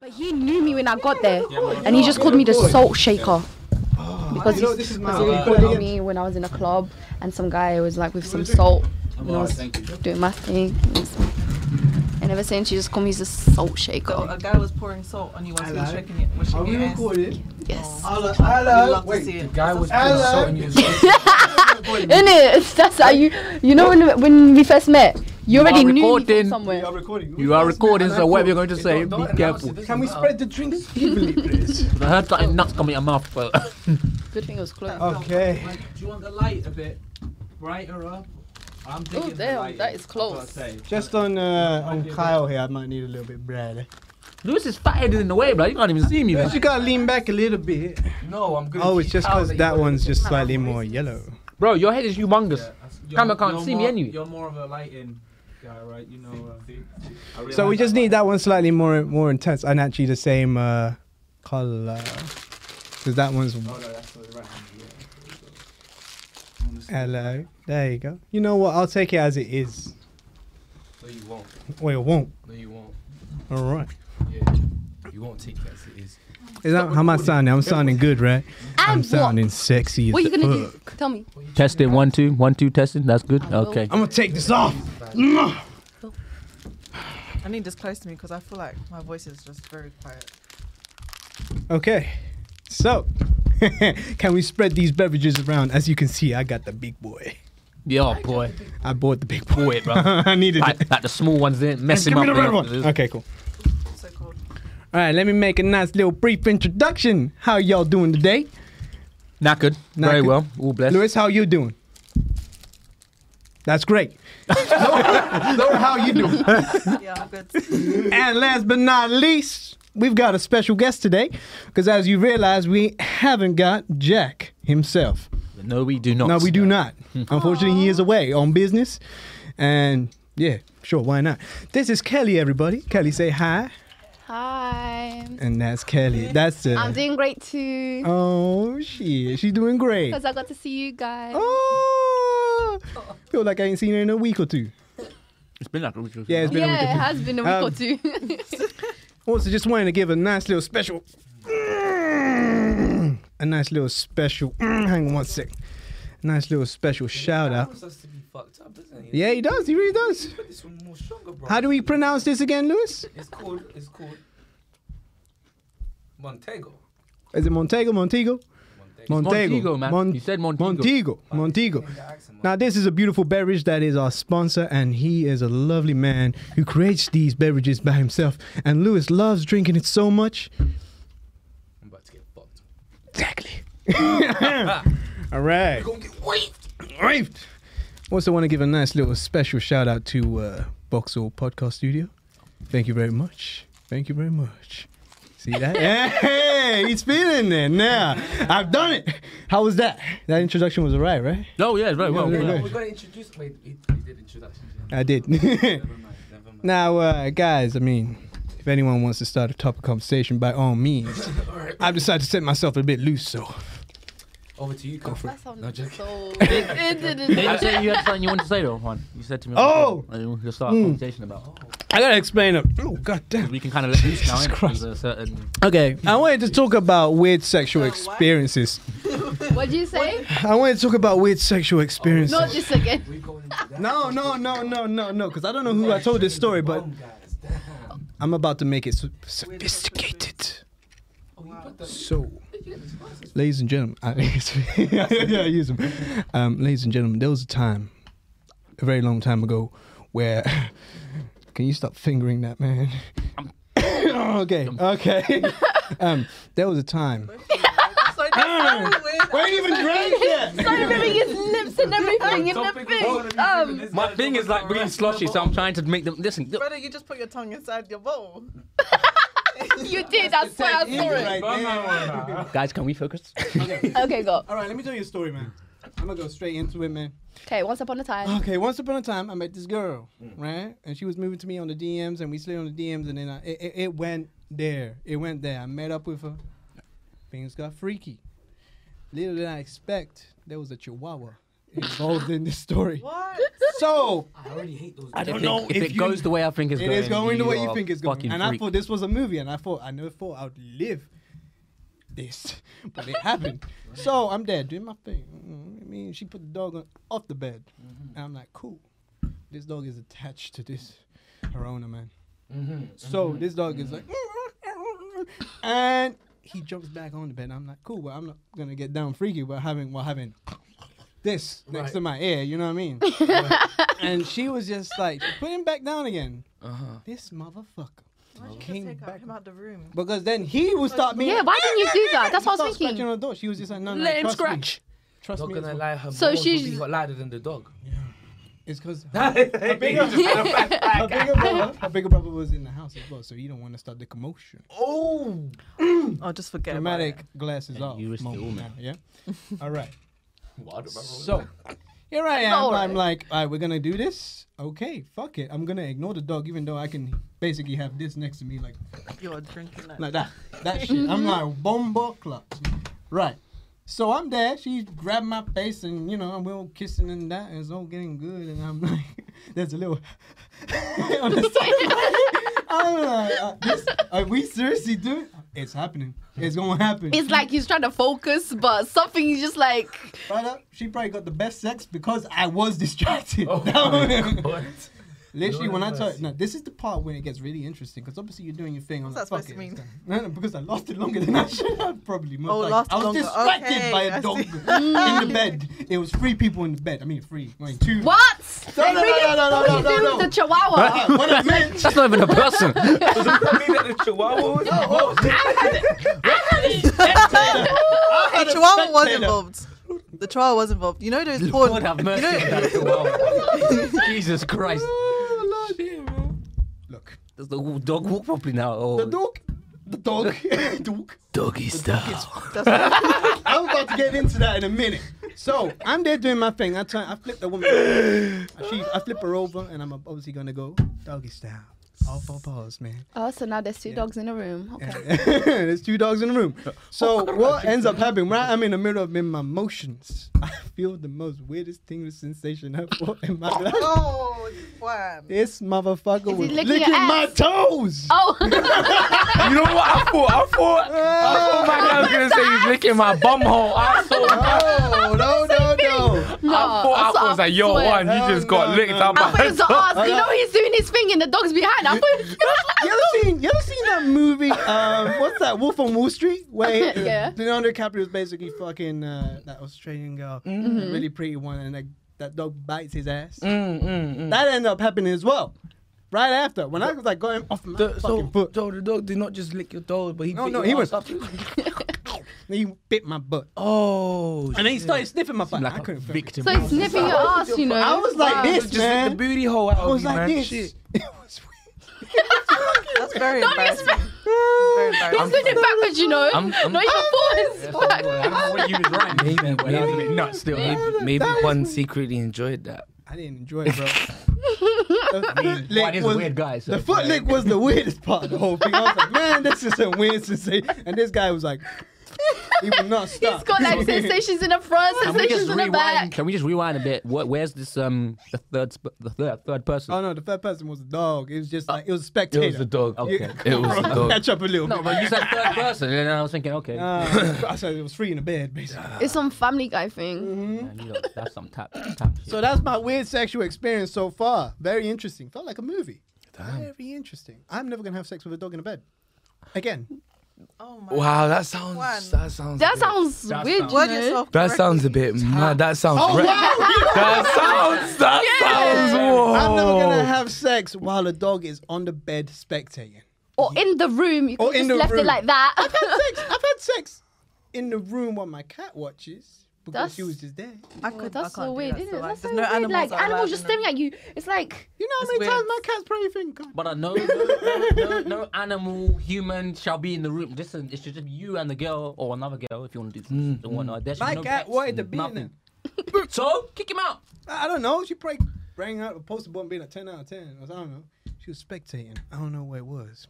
But he knew me when I got there, and he just called me the salt shaker. Because he Ah. this is because he recorded me when I was in a club, and some guy was like with some salt, and I was doing my thing. And ever since, you just called me the salt So shaker. a guy was pouring salt on you while he was Hello? shaking it, wishing Are we your ass. recorded? Yes. Hello, I'd hello. love to see Wait, it. The guy was Hello. consulting you. In it, that's how you. You know when when we first met, you You already knew are me from recording. we somewhere. are recording. You are recording, so whatever you're going to Don't- say, be don't announce careful. it. This Can is we not- spread the drinks evenly, please? I heard something nuts coming out of mouth. But Good thing it was close. Okay. Like, do you want the light a bit brighter up? I'm digging the Oh, damn, lighting, that is I've close. gotta say. Just on uh, on Kyle here, I might need a little bit bread. Lewis is fathead in the way, bro. You can't even see me, bro. But you gotta lean back a little bit. No, I'm good. Oh, it's just because that one's just slightly more yellow. Bro, your head is humongous. Camera can't see me more, anyway. You're more of a lighting guy, right? You know. Uh, I realise So we just need light. that one slightly more more intense and actually the same uh, color. Because that one's Oh no, that's the right hand. Yeah. Honestly, hello. There you go. You know what? I'll take it as it is. No, you won't. Or it won't. No, you won't. All right. Yeah. You won't take it as it is. Is that how am I sounding? I'm sounding good, right? I'm And what? sounding sexy. As What are you fuck. gonna do? Tell me. Testing one two one two testing. That's good. will. Okay. I'm gonna take this off. I need this close to me because I feel like my voice is just very quiet. Okay. So, can we spread these beverages around? As you can see, I got the big boy. Yeah, boy. I bought the big boy, Boy, bro. I needed it. Like, like the small ones didn't mess Give him me up. the red bro. one. Okay, cool. It's so cold. All right, let me make a nice little brief introduction. How y'all doing today? Knackered. Very Knackered. well. All blessed. Lewis, how you doing? That's great. Laura, Laura, how you doing? Yeah, I'm good. And last but not least, we've got a special guest today because as you realize, we haven't got Jack himself. No, we do not. No, we do not. Unfortunately, he is away on business. And yeah, sure, why not? This is Kelly, everybody. Kelly, say hi. Hi. And that's Kelly. That's uh, I'm doing great too. Oh, shit. She's doing great. Because I got to see you guys. Oh, feel like I ain't seen her in a week or two. It's been like a week or so. Yeah, it's been yeah, a it week. Or two. has been a week Um, or two. Also, just wanted to give a nice little special, a nice little special. Hang on one sec. Nice little special shout He out. wants us to be fucked up, doesn't he? Yeah, he does. He really does. Put this one more stronger, bro. How do we pronounce this again, Lewis? It's called. It's called. Montego. Is it Montego? Montego? Montego. Montego. Montego, man. You said Montego. Montego. Montego. Change the accent, Now, this is a beautiful beverage that is our sponsor, and he is a lovely man who creates these beverages by himself. And Lewis loves drinking it so much. I'm about to get fucked. Exactly. All right. Gonna get waved. Also, want to give a nice little special shout out to uh, Boxall Podcast Studio. Thank you very much. Thank you very much. See that? hey, he's feeling it now. I've done it. How was that? That introduction was alright, right? Oh, yeah, it's very well. Yeah, yeah, well. yeah. We're gonna introduce. Wait, he, he did introductions. Yeah. I did. never mind. Never mind. now, uh, guys, I mean, if anyone wants to start a topic conversation, by all means, All right. I've decided to set myself a bit loose, so Over to you. Go for That sounded No joke. so. Did you say you had something you wanted to say though, Juan? You said to me. Oh! I want to start a conversation about. I gotta explain it. Oh, goddamn. We can kind of let loose now. Jesus innit? Christ. There's a certain. Okay, I wanted to talk about weird sexual Uh, what? experiences. What'd you say? I wanted to talk about weird sexual experiences. Not this again. We're going into that. No, no, no, no, no, no. Because I don't know who I told this story, but Boom, guys. Damn. I'm about to make it so- sophisticated. Oh, you put the. So, ladies and gentlemen, I, yeah, I use them. Um, ladies and gentlemen, there was a time, a very long time ago, where. Can you stop fingering that man? okay, okay. um, there was a time. so that's so weird. We ain't even drank yet. Started rubbing his lips and everything in the Topic of- thing. Um, My thing is like really sloshy, so I'm trying to make them listen. look, Brother, you just put your tongue inside your bowl. you did. That's why I saw it. Guys, can we focus? Okay, go. All right, let me tell you a story, man. I'm gonna go straight into it, man. Okay, once upon a time. Okay, once upon a time, I met this girl, right? And she was moving to me on the DMs, and we slid on the DMs, and then I, it, it, it went there. It went there. I met up with her. Things got freaky. Little did I expect there was a chihuahua involved in this story. What? So I already hate those. I If don't it- know if, if it you- goes the way I think it's it going. is going the way you are think it's a going, fucking and I freak. thought this was a movie, and I thought I never thought I'd live this, but it happened. So I'm there doing my thing. Mm, I mean, she put the dog on, off the bed, and I'm like, cool. This dog is attached to this her owner, man. Mm-hmm. So this dog is like, "Mm-hmm." and he jumps back on the bed. I'm like, cool, but I'm not gonna get down freaky while having while having this next Right. to my ear. You know what I mean? and she was just like, put him back down again. Uh-huh. This motherfucker. Why did you Came just take out back- him out the room? Because then he would start being. Yeah, why didn't you do that? That's He what I started was scratching thinking. on the door. She was just like, no, no, Let him trust me. scratch. Trust Not me. gonna it's- lie, her So so she's she's- got lighter than the dog. It's because a her bigger brother, her bigger brother was in the house as well, so you don't want to start the commotion. Oh, I'll just forget Dramatic glasses off. you were still moment mad. now, Yeah. All right. Well, I don't remember what it So here I am. All I'm like, all right, we're gonna do this. Okay, fuck it. I'm gonna ignore the dog, even though I can basically have this next to me, like about it. You're drinking it. like that. That shit. I'm like bomba clutch. Right. So I'm there. She grabbed my face, and you know, and we're all kissing and that, and it's all getting good. And I'm like, there's a little on the side. I'm like, uh, this, are we seriously doing? It's happening. It's gonna happen. It's like he's trying to focus, but something is just like Brother, she probably got the best sex because I was distracted. Oh That my was- God. Literally, Lord when I have tell mercy. no, this is the part when it gets really interesting because obviously you're doing your thing. I'm What's like, that fuck supposed it. to No, no, because I lost it longer than I should have probably. Most Oh, likely. lost I was longer. distracted Okay, by I a dog see. in the bed. It was three people in the bed. I mean, three. I mean, two. what? No, no, no, no, no, no, What do you do no, with no. the chihuahwa? Ah, What I meant. That's not even a person. Does that mean that the chihuahua was involved? Oh, The chihuahua was spectator. involved. The chihuahua was involved. You know those porn. Lord have mercy. You know, that's the world. Jesus Christ. Oh, Lord. Look, Does the w- dog walk properly now? Oh. the dog, the dog, dog. Doggy style. I'm about to get into that in a minute. So I'm there doing my thing. I turn, I flip the woman. She, I flip her over, and I'm obviously gonna go doggy style. All four paws, man. Oh, so now there's two dogs in a room. Okay. There's two dogs in the room. So Oh, what ends up happening when I'm in the middle of in my motions, I feel the most weirdest thing, sensation I've felt in my life. oh, wham. This Is motherfucker he was licking licking, your my ass? toes. Oh, You know what I thought? I thought, I Oh thought my guy was gonna say he's licking my bum hole. I thought, No, no, no, no. no. I thought I was like, yo, swear. one, you No, just got Oh, no, licked no, up no. I thought it by was the ass. You know, he's doing his thing and the dog's behind. I thought it you ever seen you ever seen that movie? Um, what's that? Wolf on Wall Street, where Yeah. Leonardo DiCaprio is basically fucking uh, that Australian girl, Mm-hmm. that really pretty one, and like, that dog bites his ass. Mm, mm, mm. That ended up happening as well. Right after, when I was like going off my The, fucking so, foot, so the dog did not just lick your toes, but he No, bit no, your he ass was- up. he bit my butt, Oh, and then he shit. started sniffing my butt. I like a couldn't. feel it. victim. So he's sniffing your ass, you know. I was like Wow. this, just lick the man. booty hole out I of was you, like man. this. Shit. It was weird. That's very No, he's, embarrassing. he's Very embarrassing. doing it backwards, you know. I'm- I'm- no, he's I not thought forwards. what you was right. Maybe, Maybe maybe, not still. maybe, maybe one secretly enjoyed that. I didn't enjoy it, bro. The foot One lick is a was- weird guy. So The foot lick was the weirdest part of the whole thing. I was like, man, this is a weird sensation. And this guy was like, he would not stop. He's got like sensations in the front, Can we sensations just in the rewind? back. Can we just rewind a bit? What, where's this um the third sp- the third third person? Oh no, the third person was a dog. It was just like it was a It spectator. was the dog. Okay. It was the dog. Catch up a little no, bit. but you said third person, and then I was thinking, okay, Uh, so it was free in the bed, basically. It's some Family Guy thing. Mm-hmm. yeah, you know, that's some tap tap. So that's my weird sexual experience so far. Very interesting. Felt like a movie. Very interesting. I'm never gonna have sex with a dog in a bed. Again, Oh my. Wow, that sounds. One. That sounds. a That bit- sounds That weird. sounds- you Word know? yourself. That correctly. sounds a bit mad. That sounds. Oh, re- wow! That sounds. That sounds. Whoa. I'm never gonna Oh. have sex while a dog is on the bed spectating. Or in the room, you Or could just in the left it room. like that. sex. I've had sex in the room while my cat watches because That's- she was just there. I Oh, could, I that's can't so do weird, that. isn't it? like, That's so there's no weird. animals like allowed animals just in the- staring at you. It's like You know how It's many weird. times my cat's probably think. God, But I know no, no, no, no animal, human shall be in the room. Listen, it's just you and the girl or another girl if you want to do Mm, this and whatnot. There should my be no cat pets, wanted to be in there. nothing. So kick him out. I I don't know. She probably rang out a poster board and being a ten out of ten. or I don't know. She She was spectating. I don't know what it was.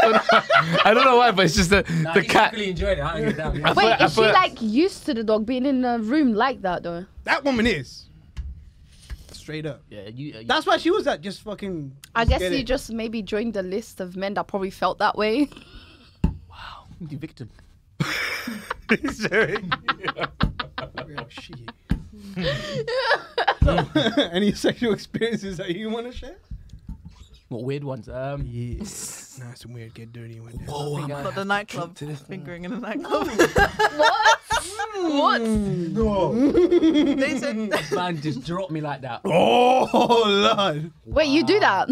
I don't know why, but it's just the Nah, the he cat. Really enjoyed it. I don't get I that. thought- Wait, I is she thought- like used to the dog being in a room like that though? That woman is. Straight up. Yeah, you, uh, you- That's why she was that just fucking. I guess get you it. just maybe joined the list of men that probably felt that way. you victim. Oh, shit. Any sexual experiences that you want to share? What weird ones? Um, Yeah. nice and weird. Get dirty with that. I think I Got the nightclub fingering in the nightclub. what? what? they said man just dropped me like that. Oh lord. Wait, you do that?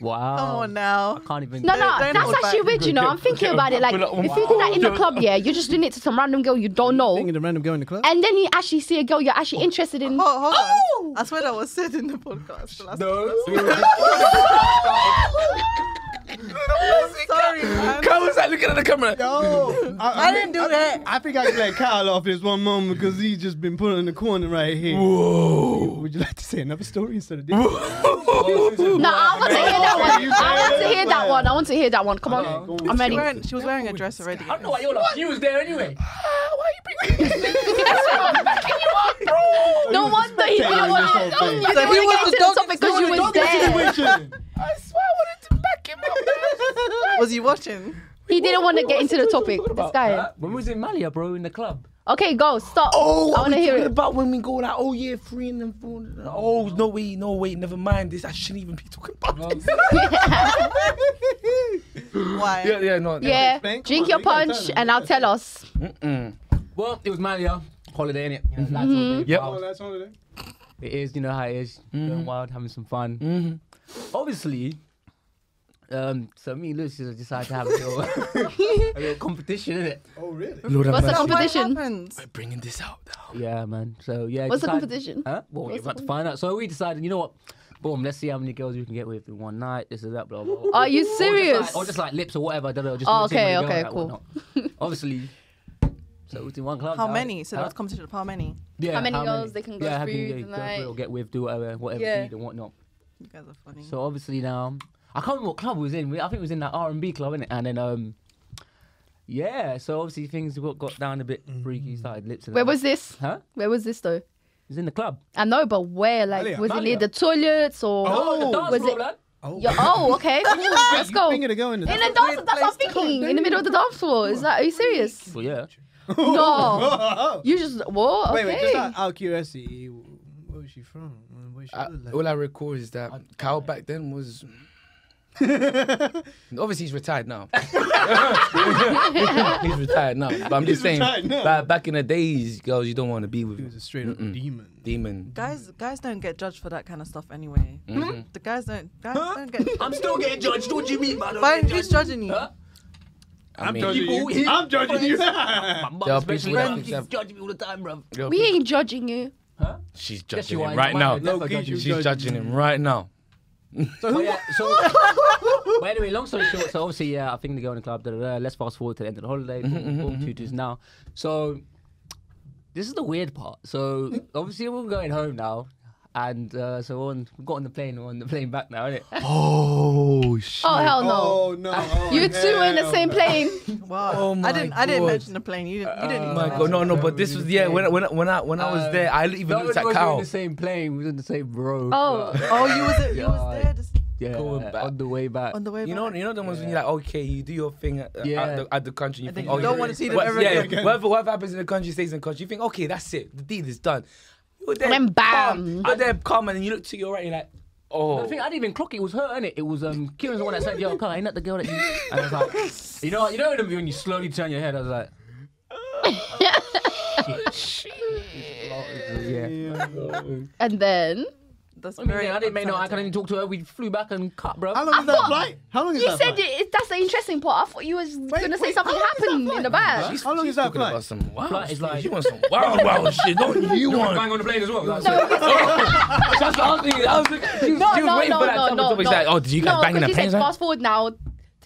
Wow. Come on now. Oh, Can't even. No, no, don't that's hold actually back. weird. You know, I'm thinking about it. Like, Put it on if my- you do that in the club, yeah, you're just doing it to some random girl you don't know, Thinking the random girl in the club. and then you actually see a girl you're actually interested in. Hold, hold Oh! on. I swear that was said in the podcast. The last Sorry, man. Kyle was like looking at the camera. Oh, I didn't do that. I think I can let Kyle off this one moment because he's just been put in the corner right here. Whoa. Would you like to say another story instead of this? No, I want to hear that one. I want to hear that one. better. I want to hear that one. Come Okay, go on, on. I'm ready. She, wearing- she was wearing a dress already. I don't know why you're like. You was there anyway. No wonder he spectator didn't in want this to. whole No, thing. you didn't want to he was the get to the dog- topic because you was there. Situation. I swear I wanted to back him up. Was he watching? He didn't want to get into the topic. This guy. Uh, when we was in Malia, bro, in the club. Okay, go. Stop. Oh, I I want was to hear talking it. about when we go like, oh yeah, three and then four. and then- Oh no wait, no wait, never mind this. I shouldn't even be talking about this. Why? yeah, yeah, no. Yeah. Come on, Drink your we gotta punch, tell him. and I'll tell us. Mm-mm. Well, it was Malia. Holiday, innit? You know, lads Mm-hmm. all doing Yep. Oh, wild. It is, you know how it is. Going wild, having some fun. Mhm. Obviously, um, so me and Lucy decided to have a little, a little competition, innit? Oh really? Lord have What's the mercy. What competition? happens? We're bringing this out now. Yeah, man. So, yeah. What's the decided- competition? Huh? Well, we're What's the about to find out. So we decided, you know what? Boom, let's see how many girls we can get with in one night. This is that, blah, blah, blah. Are you Or serious? just like, or just like lips or whatever. I don't know. Just Oh, let's see how okay, many girls okay, like cool. whatnot. Obviously. So it's in one club. How now, many? So huh? that was competition of how many? yeah, How many girls they can go yeah, how many through girls the we'll night. get with, do whatever, whatever Yeah. yeah. and whatnot. You guys are funny. So obviously now I can't remember what club we was in. We- I think it was in that R and B club, innit? And then um, yeah. So obviously things got, got down a bit freaky. Started lips. and Where that. was this? Huh? It Where was this though? was in the club. I know, but where? Like, Malia, was it near Malia. the toilets or the dance was floor, it? lad. Oh, Yo- oh, okay. Ooh, let's go. Finger In to go in the. the dance, that's what I'm thinking. In the middle of the dance floor. Is that? Are you serious? Well, yeah. No. Oh, You just what? Wait, Okay. wait, just out, out of curiosity, where was she from? Where she I, look like? all I recall is that Kyle back then was. Obviously, he's retired now. he's retired now. But I'm just He's saying, retired now. ba- back in the days, girls, you don't want to be She with was a straight up demon. demon. Guys, guys don't get judged for that kind of stuff anyway. The guys don't, guys don't get. I'm still getting judged. What do you mean, man? Why who's judging you? Huh? I mean, People here- I'm judging you. My mum There are especially people that man, think she's that- judging me all the time, bro. girl, We ain't judging you. she's Yes, judging you are. him right Mine now. would never Low-key, judge you. she's She's judging him right now. But yeah, so, but anyway, long story short, so obviously, yeah, I think they go in the club. Da, da, da. Let's fast forward to the end of the holiday. Boom, boom, tutors now. So this is the weird part. So obviously, we're going home now, and uh, so on. We got on the plane. We're on the plane back now, isn't it? Oh shit! Oh hell no. Oh no! Oh, You two were in the hell same no. plane. Wow. Oh my I didn't. I didn't God. mention the plane. You didn't. You didn't. Oh even my mention god! No, it. no. But this was yeah. When I- when I- when I when I was Um, there, I even No, looked we at wasn't in Kyle. the same plane. We was in the same row. Oh. Oh, you was. You Yeah. was there just yeah, Going back. on the way back. on the way. You back. know, you know the ones when you're like, okay, you do your thing at, at Yeah. the, at the country. You And think, then you oh, don't yeah. wanna see them What- ever yeah, again. yeah. Whatever, whatever happens in the country stays in the country. You think, okay, that's it. The deed is done. You're there, And then calm. bam. You're there, calm, and then you look to your right, you're like, oh. I think I didn't even clock it. It was her, innit? It was um, Kieran's the one that said, "Yo, Kyle, ain't that the girl that you?" And I was like, "You know, you know when you slowly turn your head." I was like, "Shit, shit." yeah. And then That's I, mean, very. yeah, I didn't make no eye contact. Didn't talk to her. We flew back and cut, bro. How long is that thought- flight? How long is you that said flight? it, that's the interesting part. I thought you was gonna say wait, something how long is that happened in the bag. How long is that Talking flight? about some wow, Flight is like- you want some wow, wow shit, don't you want? on the plane as well. That's what I was thinking. I was looking- she was- No, she was no, waiting no, for that no, time. no, Somebody's no. like, oh, did you guys no, bang in 'cause the you plane? said fast forward now to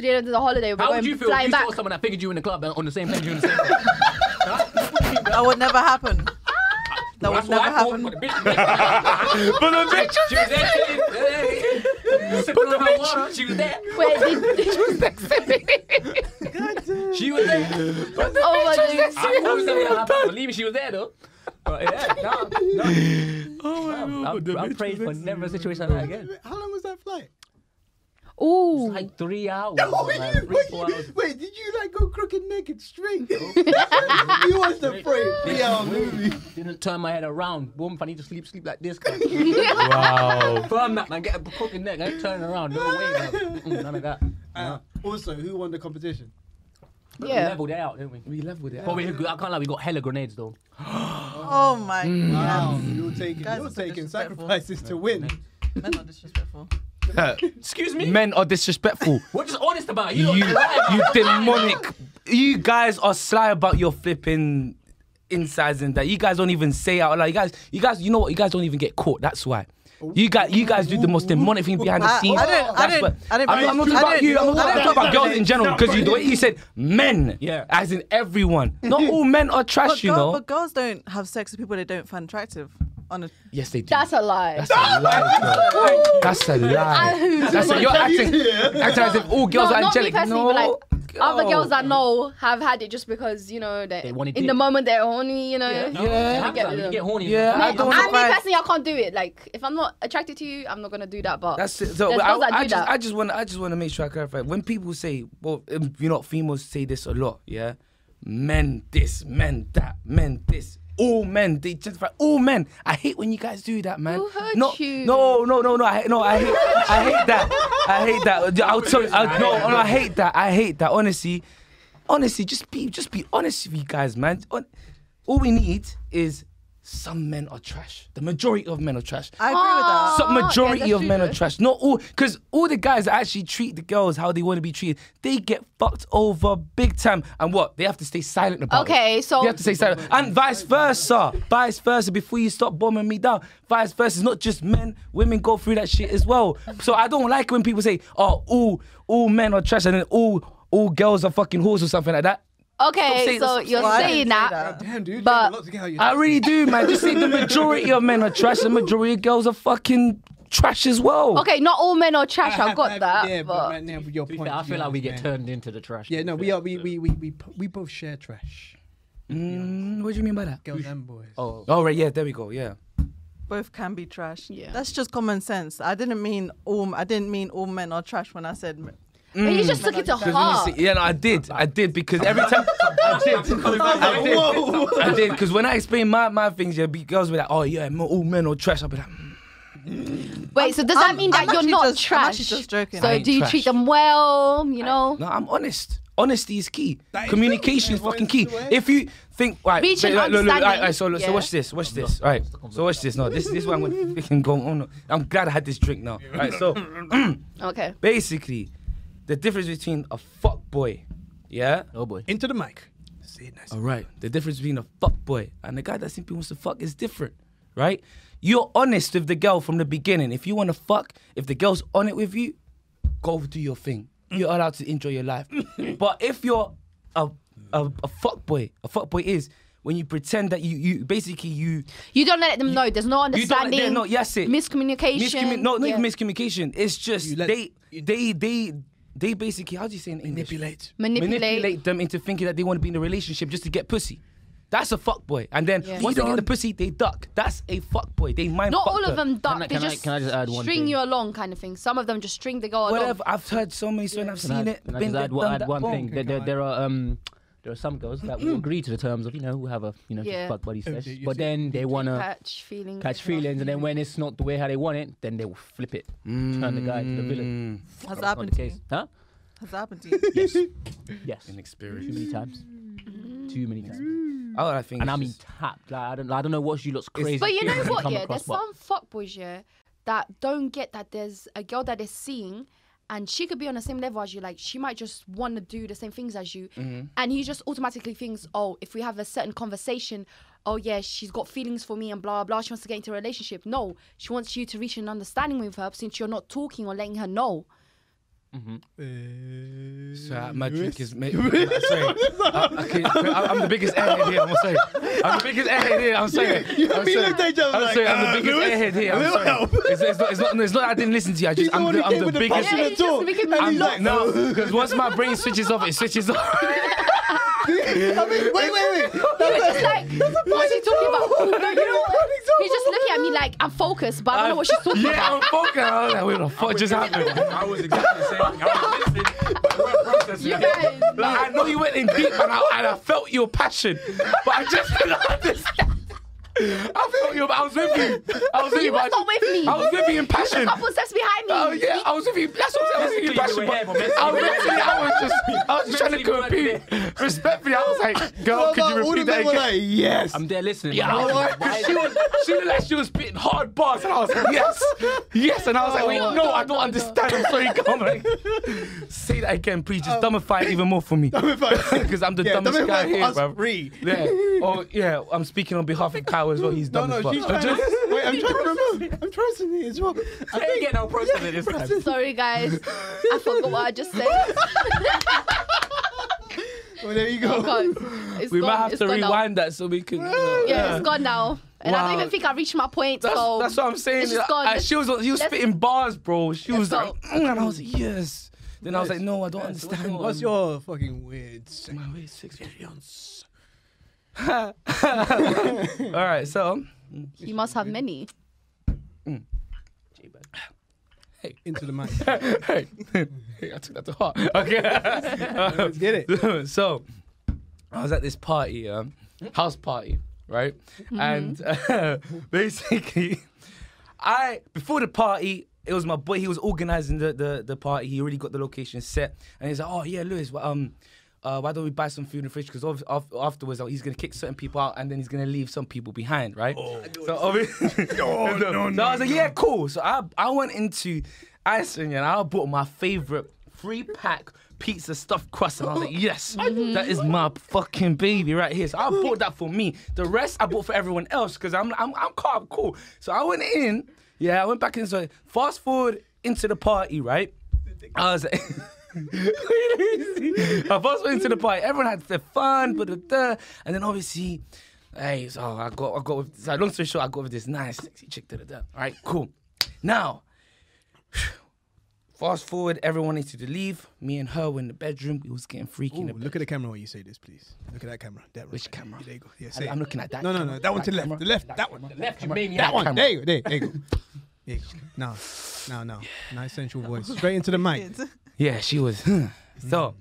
the end of the holiday. We're How going would you feel if flying you back. saw someone that figured you in the club and on the same plane? You in the same plane? That would never happen. That would never I thought, happen. but the bitch. But the bitch She was there. chilling. Put the water. She was there. Wait, did, She was there. oh my goodness. I always tell you that. Believe me, she was there though. But yeah, no, no. Oh my god. I'm praying for never a situation like that again. How long was that flight? Ooh, Like three hours. Oh, like you, three, wait, four hours. you, wait, did you like go crooked naked straight? you watched the frame, three hour movie. Didn't turn my head around. Boom, if I need to sleep, sleep like this. kind of- Wow. Firm that, man. Get a crooked neck. I ain't turning around. No way, man. Mm-mm, None of that. Uh, also, who won the competition? But We Yeah. leveled it out, didn't we? We leveled it. But we, I can't lie, we got hella grenades though. Oh my Mm. god. Wow, you're taking, Guys, you're it's so taking disrespectful. sacrifices to win. Men are disrespectful. Excuse me? Men are disrespectful. We're just honest about it. you, You, you, you demonic. You guys are sly about your flipping insides and that. You guys don't even say out loud. You guys, you guys, you know what? You guys don't even get caught. That's why. You guys, you guys do the most demonic thing behind the I- I scenes. didn't- I That's didn't- what- I didn't- I'm not- I'm not talking I about you. I'm not didn't- talking I about didn't- girls in general because you the way you said men, Yeah. as in everyone. Not all men are trash, But, you girl- know. but girls don't have sex with people they don't find attractive. On a, Yes, they do. that's a lie. That's a lie, bro. That's a lie. I- That's a, you're acting, acting as if all girls no, are not me angelic. personally, no, but like other girl. girls I know have had it just because you know they, They wanted in the it. moment they're horny, you know. No, Yeah. you get, you get horny. Yeah, I I, don't I know why- mean, personally, I can't do it. Like, if I'm not attracted to you, I'm not gonna do that. But That's it. So there's I, girls that I do just, that. I just want, I just want to make sure I clarify. When people say, well, um, you know, females say this a lot, yeah, men this, men that, men this. All men, they justify all men. I hate when you guys do that, man. Who hurt no, you? no, no, no, no. I, no, I hate, I hate that. I hate that. I'll tell you. I, no, no, I hate that. I hate that. Honestly, honestly, just be, just be honest with you guys, man. On- All we need is some men are trash. The majority of men are trash I agree with that. So- some Oh, yeah, majority that's of men true. are trash. Not all, because all the guys that actually treat the girls how they want to be treated, they get fucked over big time. And what? They have to stay silent about it. Okay, so- they have to stay silent, and vice versa. Vice versa. Before you stop bombing me down, vice versa. It's not just men. Women go through that shit as well. So I don't like when people say, "Oh, all all men are trash," and then all all girls are fucking whores or something like that. Stop okay, saying so this. you're Why did you saying say that, that? Damn, dude, you But- have a lot to get out of your I really do, man. Just say the majority of men are trash. The majority of girls are fucking trash as well. Okay, not all men are trash. I I've have- I got have- that. Yeah, but but right now, with your To be point, fair, I feel yeah, like we get man. turned into the trash. Yeah, to no, be we fair. are. We we we we we both share trash, Mm, what do you mean by that? girls and boys. Oh, Oh right, yeah, there we go, yeah. Both can be trash. Yeah. That's just common sense. I didn't mean all. I didn't mean all men are trash when I said. men. but you just took it to heart. Yeah, no, I did, I did because every time I did, I did, I did because when I explain my my things, yeah, be girls be like, oh yeah, mo- all men are trash. I'll be like, mm. Wait, so does that mean that I'm you're actually not just- I'm trash? actually just joking. I So ain't do you trash. treat them well? You know, no, I'm honest. Honesty is key. That is true. Communication is That's fucking what key. it's doing. If you think, right, Reach so, an look, look, look, understanding, right, right, so, look, so yeah. watch this, watch this. All right, so watch this. No, this this is what I'm gonna freaking go on. I'm glad I had this drink now. All right, so. okay. basically the difference between a fuck boy, yeah. oh boy. Into the mic. Say it nice. All right. The difference between a fuck boy and a guy that simply wants to fuck is different, right? You're honest with the girl from the beginning. If you want to fuck, if the girl's on it with you, go do your thing. You're allowed to enjoy your life. but if you're a a, a fuck boy, a fuck boy is when you pretend that you you basically you You don't let them know. There's no you don't let them understanding. know, yes, it- miscommunication. miscommunication. No, not yeah. even miscommunication. It's just You let- they they they they basically how do you say in English? Manipulate. manipulate. manipulate them into thinking that they want to be in a relationship just to get pussy. That's a fuck boy. And then Yeah. once they get the pussy, they duck. That's a fuck boy. They mind Not fuck all of them Can I- duck. They can I- just can I just add one string thing? you along, kind of thing. Some of them just string the girl along. Whatever. I've heard so many stories. I've Can I, seen it. can I been just there, add, done add that, one boom. thing? There, there, there are um, there are some girls that will agree to the terms of you know who have a Oh, you know just Yeah. fuck buddy sesh, you but see- then they wanna Catch feelings. catch feelings, and then when it's not the way how they want it, then they will flip it, turn the guy to the Mm. villain. Has That's that not happened the to you? case, huh? Has that happened to you? Yes, yes, An too experience. many times, too many times, All I think. and is I mean just- tapped. Like, I don't, I don't know what she looks crazy. But you know when I what? come Yeah, across, there's but- some fuckboys yeah that don't get that there's a girl that they're seeing. And she could be on the same level as you. Like she might just want to do the same things as you, Mm-hmm. and he just automatically thinks, "Oh, if we have a certain conversation, oh yeah, she's got feelings for me and blah blah. She wants to get into a relationship. No, she wants you to reach an understanding with her since you're not talking or letting her know. So uh, my drink is made. I'm sorry. I, I can't- I, am the biggest airhead here. I'm sorry. I'm the biggest airhead here. I'm sorry. you and I'm me sorry. looked at each other I'm like, sorry. I'm uh, the biggest Lewis, airhead here. I'm little sorry. help. It's, it's not, it's, not, it's not that I didn't listen to you. I just, the I'm one the, who I'm came the with the biggest. passion. Yeah, he's just making me And he's laugh. like, No, because once my brain switches off, it switches off. I mean, wait, wait, wait. He was just like, what's he talking about? No, you know what? He's just looking at me like I'm focused, but I don't know what she's talking yeah, I'm about. focused. I was like, wait, what the fuck just happened? I was exactly the same. I was listening, but I wasn't processing. You it. guys, Like, I know you went in deep and I, and I felt your passion, but I just didn't understand. I felt you, but I was with you. I was with you, You but I, was not with me. I was with you in a passion. couple steps behind me. Oh yeah, I was with you. That's what I was with you in passion. Mentally, you were here, But but mentally, I was you were mentally, I was just, I was just trying to Mentally, you weren't compete. Respectfully, I was like, girl, could you all repeat of them that were again? like, yes. I'm there listening. Yeah, but I I'm was like, like, why- 'cause she was, she looked like she was spitting hard bars, and I was like, yes, yes, and I was like, wait, Oh, no, I don't understand. I'm sorry, come on, like, say that again, please, Oh. just dumbify it even more for me, because I'm the Yeah, dumbest dumbify guy here, us bro. three. Yeah, oh yeah, I'm speaking on behalf of Kyle as well. He's No, dumb no, as fuck. she's trying to, wait, I'm trying to remember. I'm trying to see as well. I Say again, I'll process it this time. process- Sorry guys, I forgot what I just said. Well, there you go. God, it's we gone. might have it's to gone now. rewind that so we can. Yeah, it's gone now, and I don't Wow. even think I reached my point. That's, so that's what I'm saying. it's just gone. I- she was, she was Let's- spitting bars, bro. She Let's was like, go. "Mm," and I was like, yes. Then I was like, no, I don't understand. What's your fucking weird sex? My weight six millions. All right, so you must have many. Into the mic. hey, hey, I took that to heart. Okay, Let's get it. so I was at this party, um, house party, right? And uh, basically, I before the party, it was my boy. He was organizing the, the the party. He already got the location set, and he's like, "Oh yeah, Lewis, wh- um." Uh, why don't we buy some food in the fridge? Because afterwards, like, he's gonna kick certain people out, and then he's gonna leave some people behind, right? So obviously, no, no, Oh. no, I was like, yeah, cool. So I I went into Iceland and I bought my favorite three pack pizza stuffed crust, and I was like, yes, that is my fucking baby right here. So I bought that for me. The rest I bought for everyone else because I'm I'm I'm carb cool. So I went in, yeah, I went back in. So fast forward into the party, right? I was like. I first went into the party. Everyone had their fun, but and then obviously, hey, so I got, I got. With, so long story short, I got with this nice, sexy chick. Da, da, da. All right, cool. Now, fast forward. Everyone needed to leave. Me and her were in the bedroom. We was getting freaky. in Ooh, the look at the camera when you say this, please. Look at that camera. That one. Which right camera? there. There you go. Yeah, I- say it. I'm looking at that No, no, no. camera, That one to the that left. camera, The left. that That one. The left. camera, That, that one. camera. There you go. There, there you go. There you go. No, no, no. Nice sensual voice. Straight into the mic. Yeah, she was. Mm. so,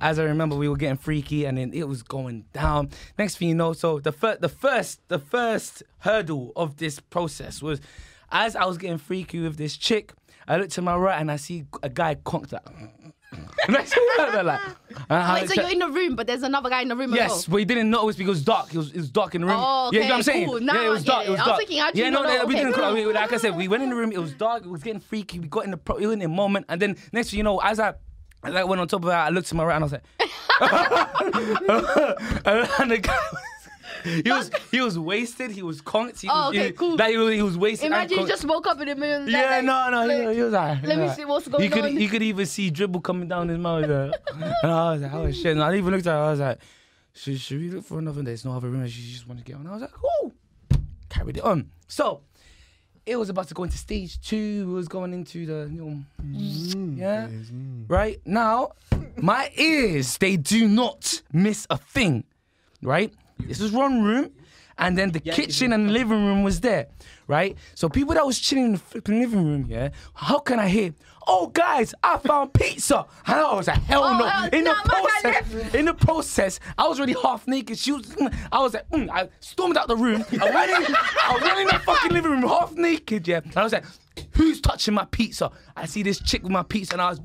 as I remember, we were getting freaky, and then it was going down. Next thing you know, so the first, the first, the first hurdle of this process was, as I was getting freaky with this chick, I looked to my right and I see a guy conked like. Next thing I know, like, "Uh-huh." and I Wait, looked so at- you're in the room, but there's another guy in the room as well. Yes, but he didn't know it was because it was dark. It was, it was dark in the room. Oh, yeah, you know what I'm okay, saying? cool. yeah, Now it I was get dark. it. It was I was dark. thinking, how do you yeah, not no, know? no, we Okay, didn't. cool. we- Like I said, we went in the room. It was dark. It was getting freaky. We got in the pro- we were in a moment, and then next thing you know, as I as I went on top of that, I looked to my right and I was like, and the guy. Was, he was he was wasted. He was conked. He was, Oh, okay, he, cool. That he was, he was wasted. and Imagine you conked. just woke up in the middle. Of the night, Yeah, like, no, no, like, he, he was like, let me see what's you going could, on. You could even see dribble coming down his mouth. yeah. and I was like, oh shit. And I even looked at her, I was like, should, should we look for another? There's no other room. And she just wanted to get on. I was like, cool. Carried it on. So, it was about to go into stage two. It was going into the, you know, Mm, yeah. Right now, my ears, they do not miss a thing. Right? This was one room, and then the kitchen and living room was there. Right? So people that was chilling in the flipping living room, yeah, how can I hear, oh guys, I found pizza? And I was like, hell Oh, no. hell in no, the my God, process, in the process, I was already half naked. She was mm, I was like, mm, I stormed out the room. I went in, I went in the fucking living room half naked, yeah. And I was like, who's touching my pizza? I see this chick with my pizza and I was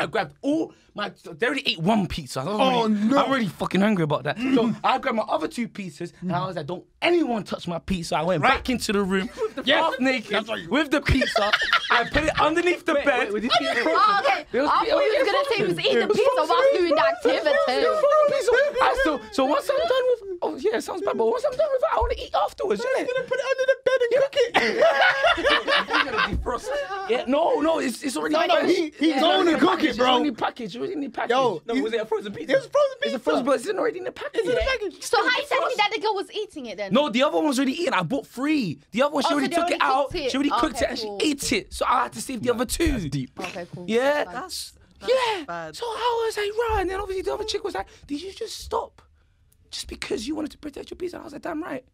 I grabbed all my. They already ate one pizza. I was Oh, already- no. I'm really fucking hungry about that. So I grabbed my other two pizzas and I was like, "Don't anyone touch my pizza." I went back into the room, half naked, with the pizza. I put it underneath the bed. wait, Oh, okay. It was- I thought it you was- was gonna say he was eating it was pizza from while three- doing the activity. It was from three, So, I still, so once I'm done with, oh yeah, it sounds bad, but once I'm done with, it, I want to eat afterwards. She's gonna put it under the bed and cook it. Yeah, no, no, it's it's already. No, no, packaged. he- he's It's gonna already in the cook package, it, it's bro. already packaged. It's already in the package. Yo, no, he- was it a frozen pizza? it was frozen It's pizza. a frozen, but it's in- already in the package. It's in the package. So how you telling me Frost. that the girl was eating it then? No, the other one was already eaten. I bought three. The other one, she Oh, so already they took already it out. cooked it. She already cooked Okay, it and cool. she ate it. So I had to save the other two. deep. Okay, cool. Yeah. That's yeah. that's bad. So I was like, right. And then obviously the other chick was like, did you just stop? Just because you wanted to protect your peace? And I was like, damn right.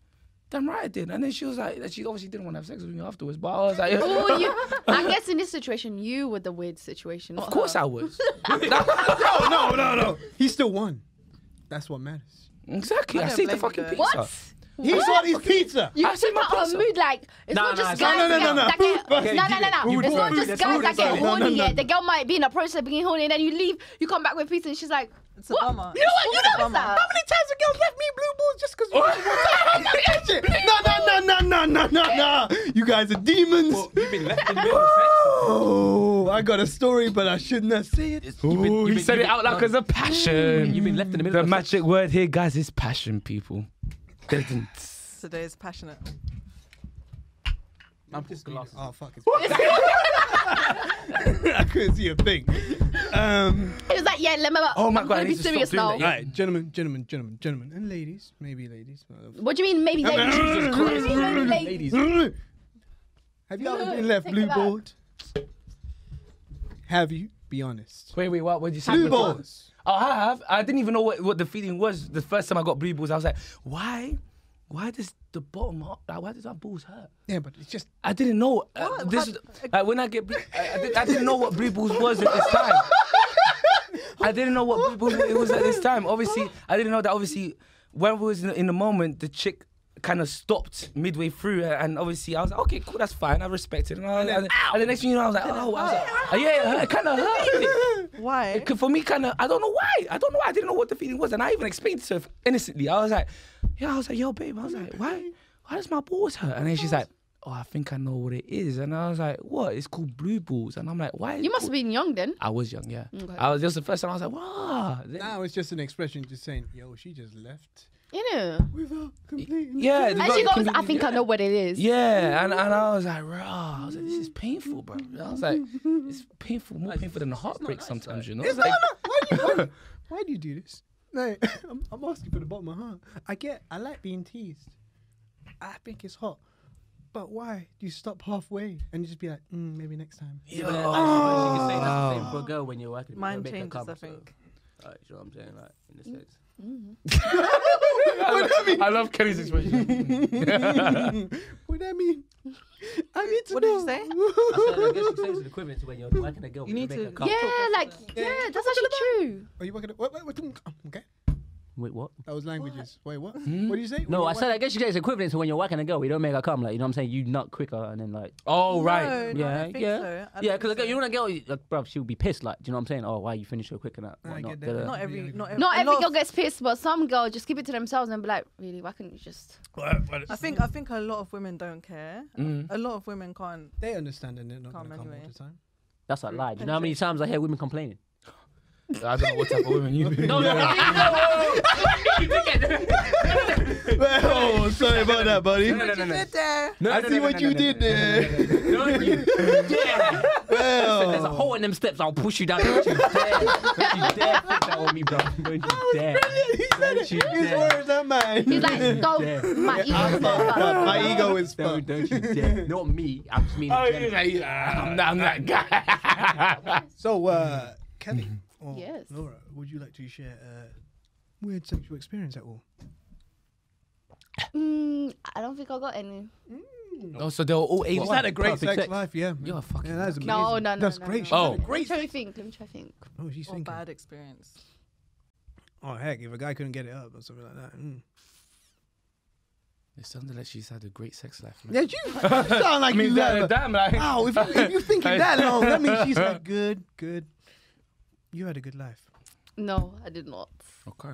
Damn right I did. And then she was like, she obviously didn't want to have sex with me afterwards. But I was like, Oh, you. I guess in this situation, you were the weird situation. of course I was. No, no, no, no. He still won. That's what matters. exactly. I I, don't saved the blame you fucking there. pizza. What? He won his pizza. You I I said took my out her pizza. mood like it's No, not no, just no, guys no, no, no, that no. get Food that get- no no no no. food It's not aside. just guys Food that aside. get No, no, horny no. yet. The girl might be in a process of being horny and then you leave. You come back with pizza and she's like, It's a what? bummer. You know what? You It's a know what's bummer. that? How many times a girl left me blue balls just because No, no, no, no, no, no, no, no. You guys are demons. You've been left in real effects. Oh, I got a story, but I shouldn't have said it. You've been- Ooh, you've he been- said you've it been- out loud no, 'cause you've been- You've passion. been left in the middle. The of sex. magic word here, guys, is passion, people. Today is passionate. I'm just lost. Oh, fuck. it's- I couldn't see a thing. Um, He was like, yeah, let me. Oh my I'm God, gonna I Be need to stop serious doing now. that, yeah. all right, gentlemen, gentlemen, gentlemen, gentlemen, and ladies, maybe ladies. I don't- What do you mean? Maybe they. Jesus Christ. Ladies. Have you ever been left Take blue it back. balled? Have you? Be honest. Wait, wait, what? What did you say? Blue balls. Oh, I have. I didn't even know what, what the feeling was. The first time I got blue balls, I was like, why? Why does the bottom, hurt? like, why does that balls hurt? Yeah, but it's just I didn't know. Uh, What? this, What? like, when I get, blue, I, I, did, I didn't know what blue balls was at this time. I didn't know what blue balls it was at this time. Obviously, I didn't know that. Obviously, when we was in, in the moment, the chick kind of stopped midway through, uh, and obviously I was like, okay, cool, that's fine. I respect it. And, I, and, and the next thing you know, I was like, oh, I was like, oh, yeah, it hurt, it kind of hurt. Why? It could- for me, kind of, I don't know why. I don't know why. I didn't know what the feeling was. And I even explained to her innocently. I was like, yeah, I was like, yo, babe. I was like, why? Why does my balls hurt? And then she's like, oh, I think I know what it is. And I was like, what? It's called blue balls. And I'm like, why? You must have been young then. I was young, yeah. Okay. I was just the first time I was like, wow. now it's just an expression, just saying, "Yo, she just left You know. without completing." Yeah. And the she guy goes, can be- I think I know what it is. Yeah, and, and I was like, rah. I was like, this is painful, bro. I was like, it's painful, more painful than a heartbreak sometimes, you know? It's like, Why do you, why, why do you do this? No, I'm, I'm asking for the bottom of my heart. I get, I like being teased. I think it's hot, but why do you stop halfway and just be like, mm, maybe next time? Yeah, but, uh, you can say that's the same for a girl when you're working. Mine make her changes, come, I so, think. like, you know what I'm saying? Like, in a sense. I love Kenny's expression. What do I mean? I need to What did know. you I say? said, I guess you say it's an equivalent to when you're working a girl, you You need make her to- come. Yeah, like yeah, that's actually true. Are you working? At, wait, wait, wait, okay, Wait, what? that was languages. Wait, what? What do you say? No, Wait, I what? said I guess you say it's equivalent to when you're whacking a girl, you don't make her come. Like you know what I'm saying? You nut quicker and then like Oh, No, right. no, I yeah, don't think yeah, so. I yeah. don't Because think like, you so. want a girl, you- like bruv, she'll be pissed. Like do you know what I'm saying? Oh, why you finish so quick and that? I whatnot, get that. da-da. No, Not every, not every. Not a every lot girl of- gets pissed, but some girls just keep it to themselves and be like, really, why couldn't you just? I think, I think a lot of women don't care. Mm. A lot of women can't. They understand and they're not Come going to come anyway. all the time. That's a lie. Do you know how many times I hear women complaining? I don't know what type of women you No, no, no, oh, sorry about that, buddy. no, no, no, no. I see what you did there. no, no, you dare. There's a Well, hole in them steps. I'll push you down. Don't you dare. Don't you dare fix that on me, bro. Don't you dare. he said it. Don't you His dare. words are mine. He's like, go, Yeah. my ego's But gone. my ego is No, fucked. don't you dare. Not me. I just mean. Oh, in he's general. like, "Yeah, I'm not, I'm that guy. So, uh, Kelly or Yes. Laura, would you like to share a weird sexual experience at all? Mm, I don't think I got any. oh, so they were all eight. He's had a great sex, life, yeah. You're a fucking yeah, that's No, amazing. no, no, That's no, no, great. She's no. had a Let me great. try to think. Let me try to think. Oh, she's Or thinking. bad experience. Oh heck, if a guy couldn't get it up or something like that. Mm. It sounded like she's had a great sex life. Man. Yeah, you you sound like you have. a- damn, like, Wow, if you if you thinking I- that long, that means she's had good, good. You had a good life. No, I did not. okay.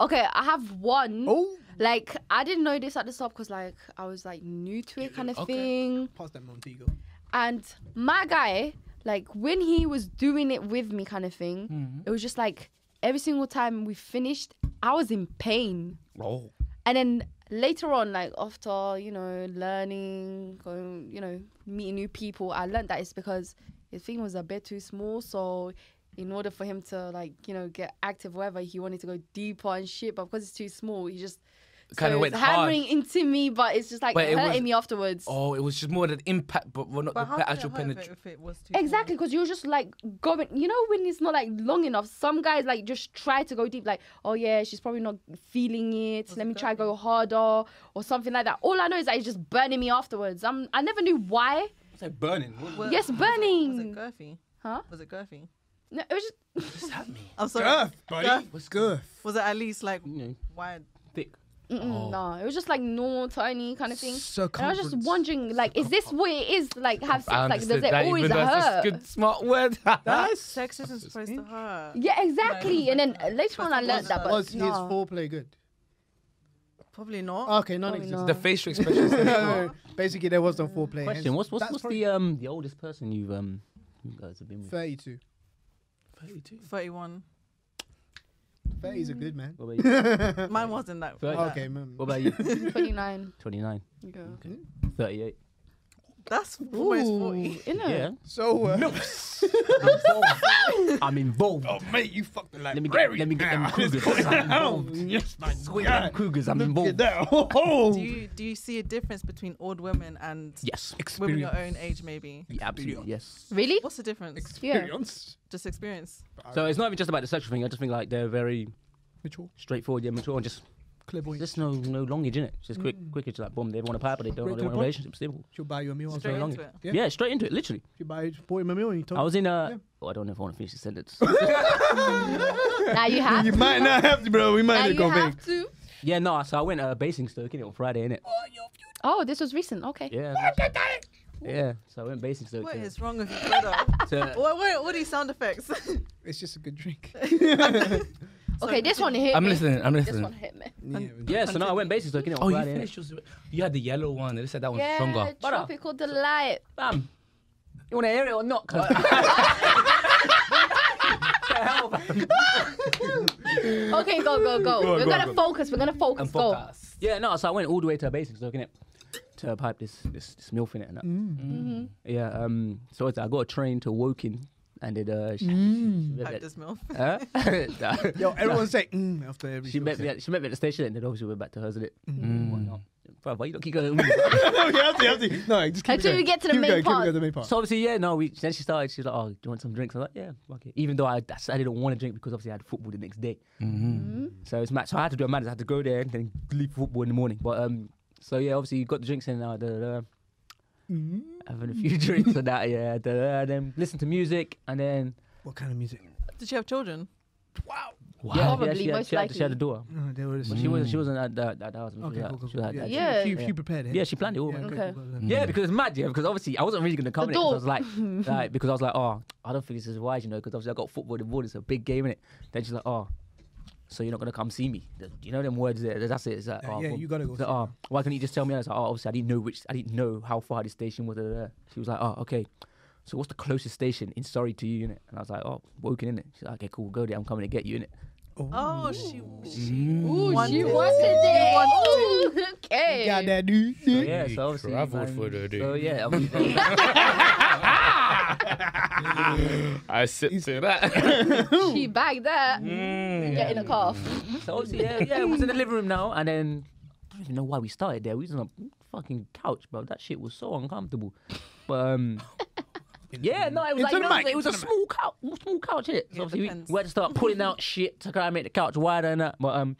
Okay, I have one. Oh, Like I didn't know this at the start because like I was like new to it kind of Okay. thing. pass that Montego. And my guy, like when he was doing it with me, kind of thing, Mm-hmm. it was just like every single time we finished, I was in pain. Oh. And then later on, like after you know learning, going, you know meeting new people, I learned that it's because his thing was a bit too small. So in order for him to like you know get active, whatever, he wanted to go deeper and shit. But because it's too small, he just Kinda so went it's hard. hammering into me, but it's just like But it hurting was- me afterwards. Oh, it was just more the impact, but well, not But how the could actual it hurt if it- penetration. if it was too small? Exactly, because you're just like going. You know when it's not like long enough. Some guys like just try to go deep, like, oh yeah, she's probably not feeling it. Let me try go harder or something like that. All I know is that it's just burning me afterwards. I'm. I never knew why. It's like burning. Well, Yes, Was it burning. girthy? Huh? Was it girthy? No, it was just. What's that mean? I'm sorry. Girth, buddy. Girth. What's girth? Was it at least like You know, wide? thick. Mm-mm, Oh. No, it was just like normal, tiny kind of thing. And I was just Circumference. wondering, like, is this what it is? Like, have sex? I Like, does understood it that, always even though that's hurt? a good, smart word. That sex isn't supposed to hurt. Yeah, exactly. And then uh, later on, I Was- learned that. But Was his no. foreplay good? Probably not. Uh, Okay, Oh, non-existent. the facial expressions. Basically, there was no foreplay. hence- Question: What's what's, that's what's probably the um the oldest person you've um you guys have been with? 32. 31. 30 is a good man. What about you? Mine wasn't that. Fair. that- Okay, man. mm. What about you? 29. Twenty nine. Yeah. Thirty-eight. That's almost 40. Innit? Yeah, So, uh, I'm involved. Oh, mate, you fucked the Let library. me get, let me get them cougars. I'm involved. Oh, Yes, my Oh, Squid them cougars. I'm involved. that. Do you do you see a difference between old women and Yes. women your own age? Maybe. Yeah, absolutely. Yes. Really? What's the difference? Yeah. Just experience. So it's not even just about the sexual thing. I just think like they're very Mature, straightforward, yeah, mature, and just clairvoyant. just no no longage in it. Just quick, quick. It's like boom, they want a pipe, but they don't. Straight They Mm. to the want a point. relationship. Simple. She'll buy you a meal. Straight No into longing. Yeah. it. Yeah. straight into it. Literally. She'll buy boy a meal and you I talk. was in a. Yeah. Oh, I don't know if I want to finish the sentence. Now you have. You might not have to, bro. We might Now have you gone have big. to. yeah, no. So I went uh, Basingstoke innit, on Friday, innit? Oh, this was recent. Okay. Yeah. Yeah. So I went Basingstoke. What to- is wrong with you, brother? to- what, what, what are these sound effects? It's just a good drink. Okay, this one hit I'm me. listening. I'm This one listening. hit me. yeah. So no, I went Basingstoke innit, on Oh, you Friday. innit? finished yours. You had the yellow one. They said that one's Yeah, stronger. Butter. tropical delight. Bam. You want to hear it or not? Cause Okay, go, go, go. We're gonna focus. We're gonna focus. Go. yeah, no. So I went all the way to basics, looking at to pipe this this, this milf in it and that. Mm-hmm, Yeah. Um. So it's- I got a train to Woking and did uh. She, she met Like me this milf. at- Huh? Yo, everyone say mm after every. she met me. Yeah, At, she met me at the station and then obviously went back to hers, did it? Whatnot. Bro, Mm. why you don't keep going? empty, empty. No, just Until keep it going. we get to the Keep it main going, keep part. it going to the main part. So obviously, yeah, no. We then she started. She's like, "Oh, do you want some drinks?" I'm like, "Yeah, okay." Even though I, that's- I didn't want to drink because obviously I had football the next day. Mm-hmm. mm-hmm. So it's match. So I had to do a madness. I had to go there and then leave for football in the morning. But um, so yeah, obviously you got the drinks in now. Da, da, da. Mm. Having a few drinks and that, yeah. Da, da, da, then listen to music and then What kind of music? Did you have children? wow, Probably, she, had, most she, had, she had a likely. door. No, they were just. But she wasn't. She wasn't at that, that house. She was Mm. Okay, at- cool, cool, she was cool. at that- Yeah. She, yeah. she prepared it. Yeah, she planned it all. Yeah, man. Okay. Yeah, because it's mad, yeah. Because obviously I wasn't really gonna come The in it. 'cause I door. was like, like, because I was like, oh, I don't think this is wise, you know, because obviously I got football in the morning, it's a big game in it. Then she's like, oh, so you're not gonna come see me? Th- You know them words there. That's it. It's like, Yeah, oh, yeah, well- you gotta go it's like, see oh, why can't you just tell me? I was like, oh, obviously I didn't know which, I didn't know how far the station was. da, da, da." She was like, oh, okay. So what's the closest station in Surrey to you, innit? And I was like, oh, Woking, innit? She's like, okay, cool, go there. I'm coming to get you, innit? Oh, she. she Mm. Ooh, she Wanted. wanted it. Ooh, okay. Got that dude. So, yeah, so obviously. travelled man, for the day. So yeah, obviously- I sit to that. She bagged that. Mm. Getting a cough. So obviously, yeah, yeah, we was in the living room now, and then I don't even know why we started there. We was on a fucking couch, bro. That shit was so uncomfortable. But um, yeah, no, it was like Into you the know, mic, it was a small couch, small couch innit? So obviously, we, depends. we had to start pulling out shit to try and make the couch wider and that. But um,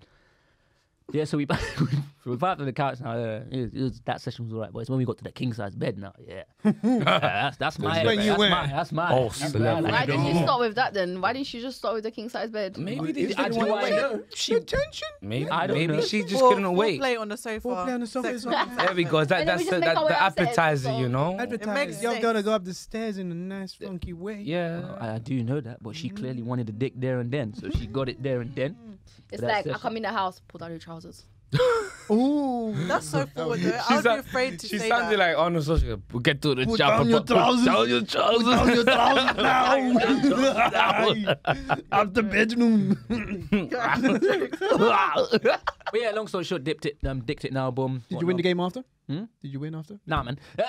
yeah, so we we back to the couch now. Yeah, it was, it was, that session was alright, but it's when we got to the king size bed now. Yeah, Yeah, that's that's my when you that's went. my that's my. Oh, that's slap. my- Why didn't you start with that then? Why didn't you just start with the king size bed? Maybe Is they that I why do I you- know. She, Attention. maybe I don't maybe know. she just Or couldn't wait. Foreplay on the sofa. Foreplay on the sofa sex is not- on the There we go. That, And then that's we the, just make that, our way the upstairs, appetizer, so- you know. Advertise. makes Y'all sense. gotta go up the stairs in a nice funky way. yeah. I, I do know that, but she clearly wanted the dick there and then, so she got it there and then. It's But that's like I just- come in the house, pull down your trousers. Ooh. That's so forward though. I would be like- afraid to She say sounded that. like on the social. "We'll Get to the Put chopper, down your but put down trousers. your trousers. Out the bedroom. Wow. But yeah, long story short, dipped it, um, dicked it now, boom. Did you win the game after? Hmm? Did you win after? Nah, man.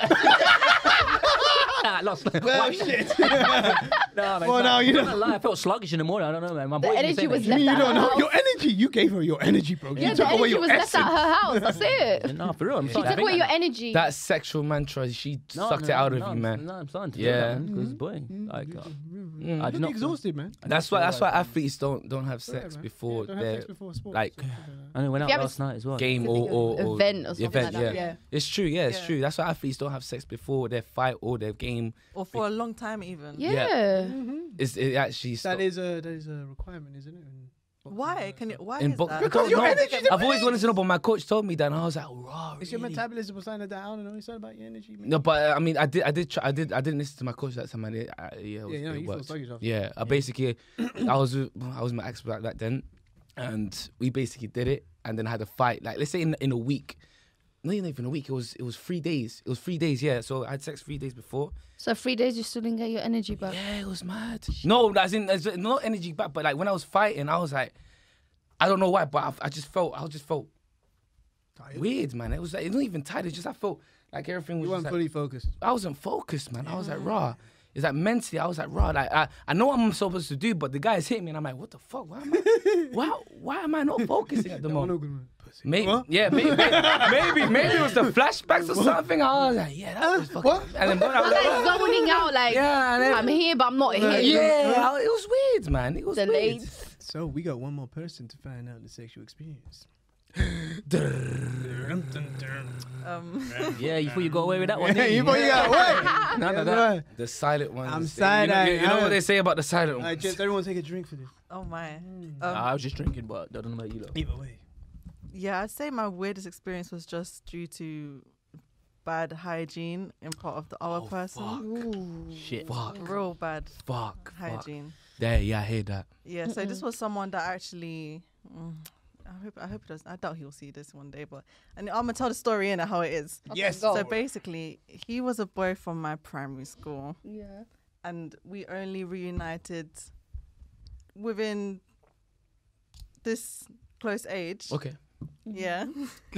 nah, I lost. Why- shit! nah, man. Well, now you I'm know. not lying, I felt sluggish in the morning. I don't know, man. My The boy didn't energy say was that. left you at don't her know house. your energy. You gave her your energy, bro. Yeah, you the took away energy your was left at essence. her house. That's it. Nah, for real. I'm She sorry. I took think away your energy. That sexual mantra, she No, sucked no, it out no, of I'm- you, man. No, I'm starting to. Yeah. Because boy, Mm. like, uh, Mm. I do You're not. exhausted, man. That's why. That's why athletes don't don't have sex man. before Don't have their sex before sports. like, I know. Went out Yeah, but- last night as well. game or, or, or event or something like that. Yeah. Yeah. it's true. Yeah, it's Yeah. true. That's why athletes don't have sex before their fight or their game. Or for a long time, even. yeah. Is it actually That stopped. is a that is a requirement, isn't it? in boxing, Why? uh, Can you? Why in is box? that? I don't know. I've always wanted to know, but my coach told me that, and I was like, "Raw." It's your really?" metabolism was something that I don't know. It's not about your energy. Man. No, but uh, I mean, I did, I did, try, I did, I didn't listen to my coach that time. I did, I, yeah, it, was, you know, it you feel worked. sluggish after. Yeah, I basically, I was, with- I was with my ex back back then, and we basically did it, and then had a fight. Like, let's say in in a week, not even a week. It was it was three days. It was three days. Yeah, so I had sex three days before. So three days you still didn't get your energy back. Yeah, it was mad. No, that's in as in- not energy back, but like when I was fighting, I was like, I don't know why, but I, I just felt, I just felt weird, man. It was like, it's not even tired. It's just I felt like everything was. You just, weren't like, fully focused. I wasn't focused, man. I was like, raw. It's like mentally, I was like, raw. Like, I, I know what I'm supposed to do, but the guy is hitting me, and I'm like, what the fuck? Why am I, why, why am I not focusing at the moment? Maybe, What? yeah, maybe, maybe, maybe it was the flashbacks or something. I was like, yeah, Uh, that was fucking. What? And then, but I was like, Like zoning out, like yeah, and then, I'm here, but I'm not here. yeah, I- it was weird, man. It was The weird. late. So we got one more person to find out the sexual experience. Um, Yeah, you thought you got away with that one. Hey, you boy, you got what? None of that. Right. The silent one. I'm You know, side-eyed. you, you know I- what they say about the silent Alright, ones. gents, everyone take a drink for this. oh my. Hmm. Um, I was just drinking, but I don't know about you. Though. Either way. Yeah, I'd say my weirdest experience was just due to bad hygiene in part of the other person. Shit. Oh, Fuck, Real bad fuck, fuck. hygiene. There, yeah, I hear that. Yeah, so this was someone that actually. Mm, I hope I hope he doesn't. I doubt he'll see this one day, but and I'm gonna tell the story in how it is. Yes. So basically, he was a boy from my primary school, Yeah. and we only reunited within this close age. Okay. Yeah.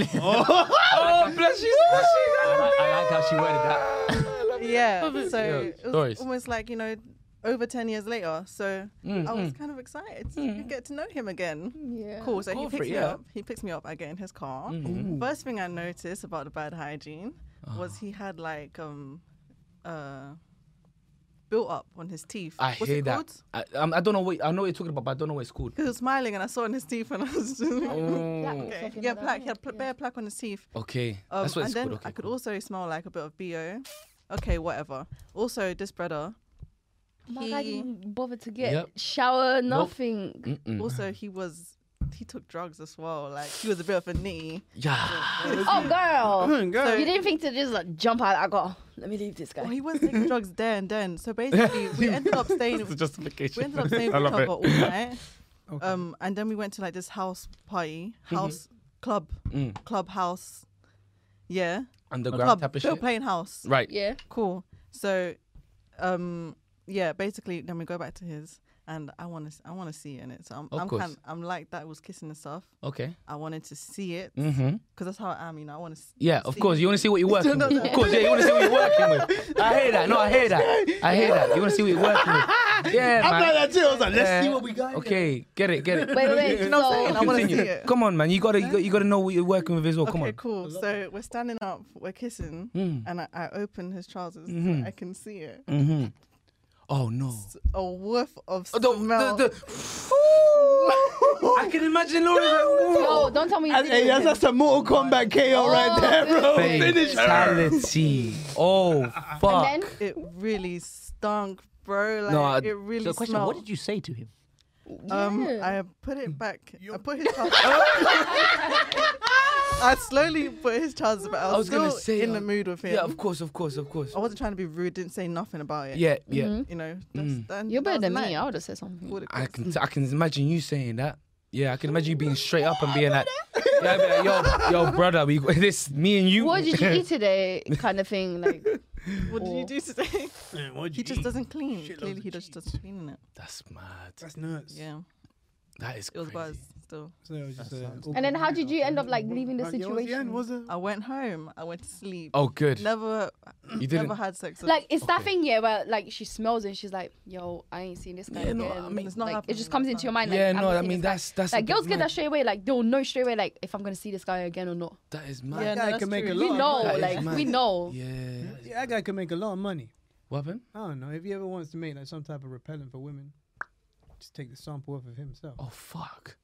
Oh, bless you, bless I, you. I like how she worded that. yeah. So it was stories. almost like you know, over ten years later. So Mm, I was mm. kind of excited to get to know him again. Yeah. Cool. So Go he for Mm-hmm. picks it, me yeah. up. He picks me up. I get in his car. First thing I noticed about the bad hygiene Ah. was he had like um, uh, built up on his teeth. I What's hear it that. called? I, um, I don't know what I know what you're talking about, but I don't know what it's called. He was smiling, and I saw it in his teeth, and I was just Oh, okay. yeah, plaque. He had pl- bare plaque on his teeth. okay. Um, That's what and it's then called. Okay. I could cool. also smell like a bit of bo. Okay, whatever. Also, this brother. My guy He- didn't bother to get Yep. shower, nothing. Mm-mm. Also, he was he took drugs as well. Like he was a bit of a knee. Yeah. Oh, girl. So you didn't think to just like jump out. I go, let me leave this guy. well, Oh, he was taking drugs there and then. So basically, we ended up staying. We ended up staying with each other all night. Um, and then we went to like this house party, Mm-hmm. house club, Mm. clubhouse. Yeah, Underground type club, of Phil shit. Plain House. Right. yeah. Cool. So, um, yeah, basically, then we go back to his, and I want to, I want to see it in it. So I'm, Of I'm, course. kind I'm like that was kissing and stuff. Okay. I wanted to see it because Mm-hmm. that's how I am. You know, I want to. Yeah, of See- course. You want to see what you're working No, with. no, Of course, yeah, you want to see what you're working with. I hear that. No, I hear that. I hear that. You want to see what you're working with. Yeah, I'm like man. that too. I was like, let's see Yeah. what we got. Okay, get it, get it. Wait, wait, wait. You know what I'm saying? I want to see Continue. it. Come on, man. You gotta, you gotta, you gotta know what you're working with as well. Oh, Come okay, on. Uh, Hmm. cool. So we're standing up, we're kissing, and I, I open his trousers so I can see it. Mm-hmm. Oh no. A woof of Oh, The- smell. the- the- I can imagine Laura's like, "Ooh." Oh, don't tell me you That's, hey, didn't. that's, that's a Oh, Mortal Kombat KO right there, bro. Finish her. Fatality. Oh and fuck. then, It really stunk, bro. Like No, I- it really So, question: smelled. What did you say to him? Um, Yeah. I put it back. I put his trousers. I slowly put his trousers back. I was, I was gonna still say in uh, the mood with him. Yeah, of course, of course, of course. I wasn't trying to be rude. Didn't say nothing about it. Yeah, yeah. you know. That's, that- you're that better was than me. nice. I would have said something. Would've I kissed. can, I can imagine you saying that. Yeah, I can imagine you being straight up and being like, yeah, I'd be like, yo, yo, brother, we this me and you. What did you eat today? Kind of thing. Like, What did you Or- do today? Man, what'd you he just eat? doesn't clean. Shitloads Clearly, of he just cheese. doesn't clean in it. That's mad. That's nuts. Yeah. That is It was crazy. buzz still. So it was just, uh, And then how did you end up like leaving the Uh, yeah, what was the end? situation? What was the- I went home. I went to sleep. Oh, good. Never, you never didn't. had sex. with- Like it's that thing, yeah, where like she smells and she's like, "Yo, I ain't seen this guy Yeah, again." no, I mean- It's not like, it happening just like comes into that. your mind. Like, yeah, I'm no, not I seeing mean this guy. that's that's a like bit girls get mad. that straight away. Like they'll know straight away, like if I'm gonna see this guy again or not. That is mad. Yeah, That no, guy that's can make true. a We lot. know, that is like mad. we know. Yeah. that is- Yeah, that guy can make a lot of money. What happened? I don't know. If he ever wants to make like some type of repellent for women, just take the sample off of himself. Oh fuck.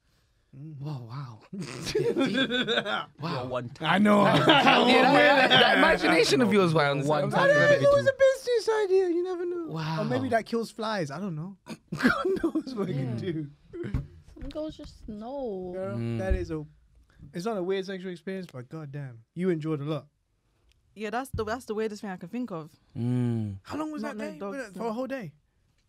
Mm. Whoa, wow. Yeah, wow. One time. I know. Yeah, that, that- Oh, that imagination of yours, wow. One I don't know. It was Wow. a business idea. You never know. Wow. Or maybe that kills flies. I don't know. God knows what it can do. Some girls just know. Girl, Mm. that is a. It's not a weird sexual experience, but goddamn, you enjoyed a lot. yeah, that's the that's the weirdest thing I can think of. Mm. How long was Not no that day? dogs, Was it no. for a whole day.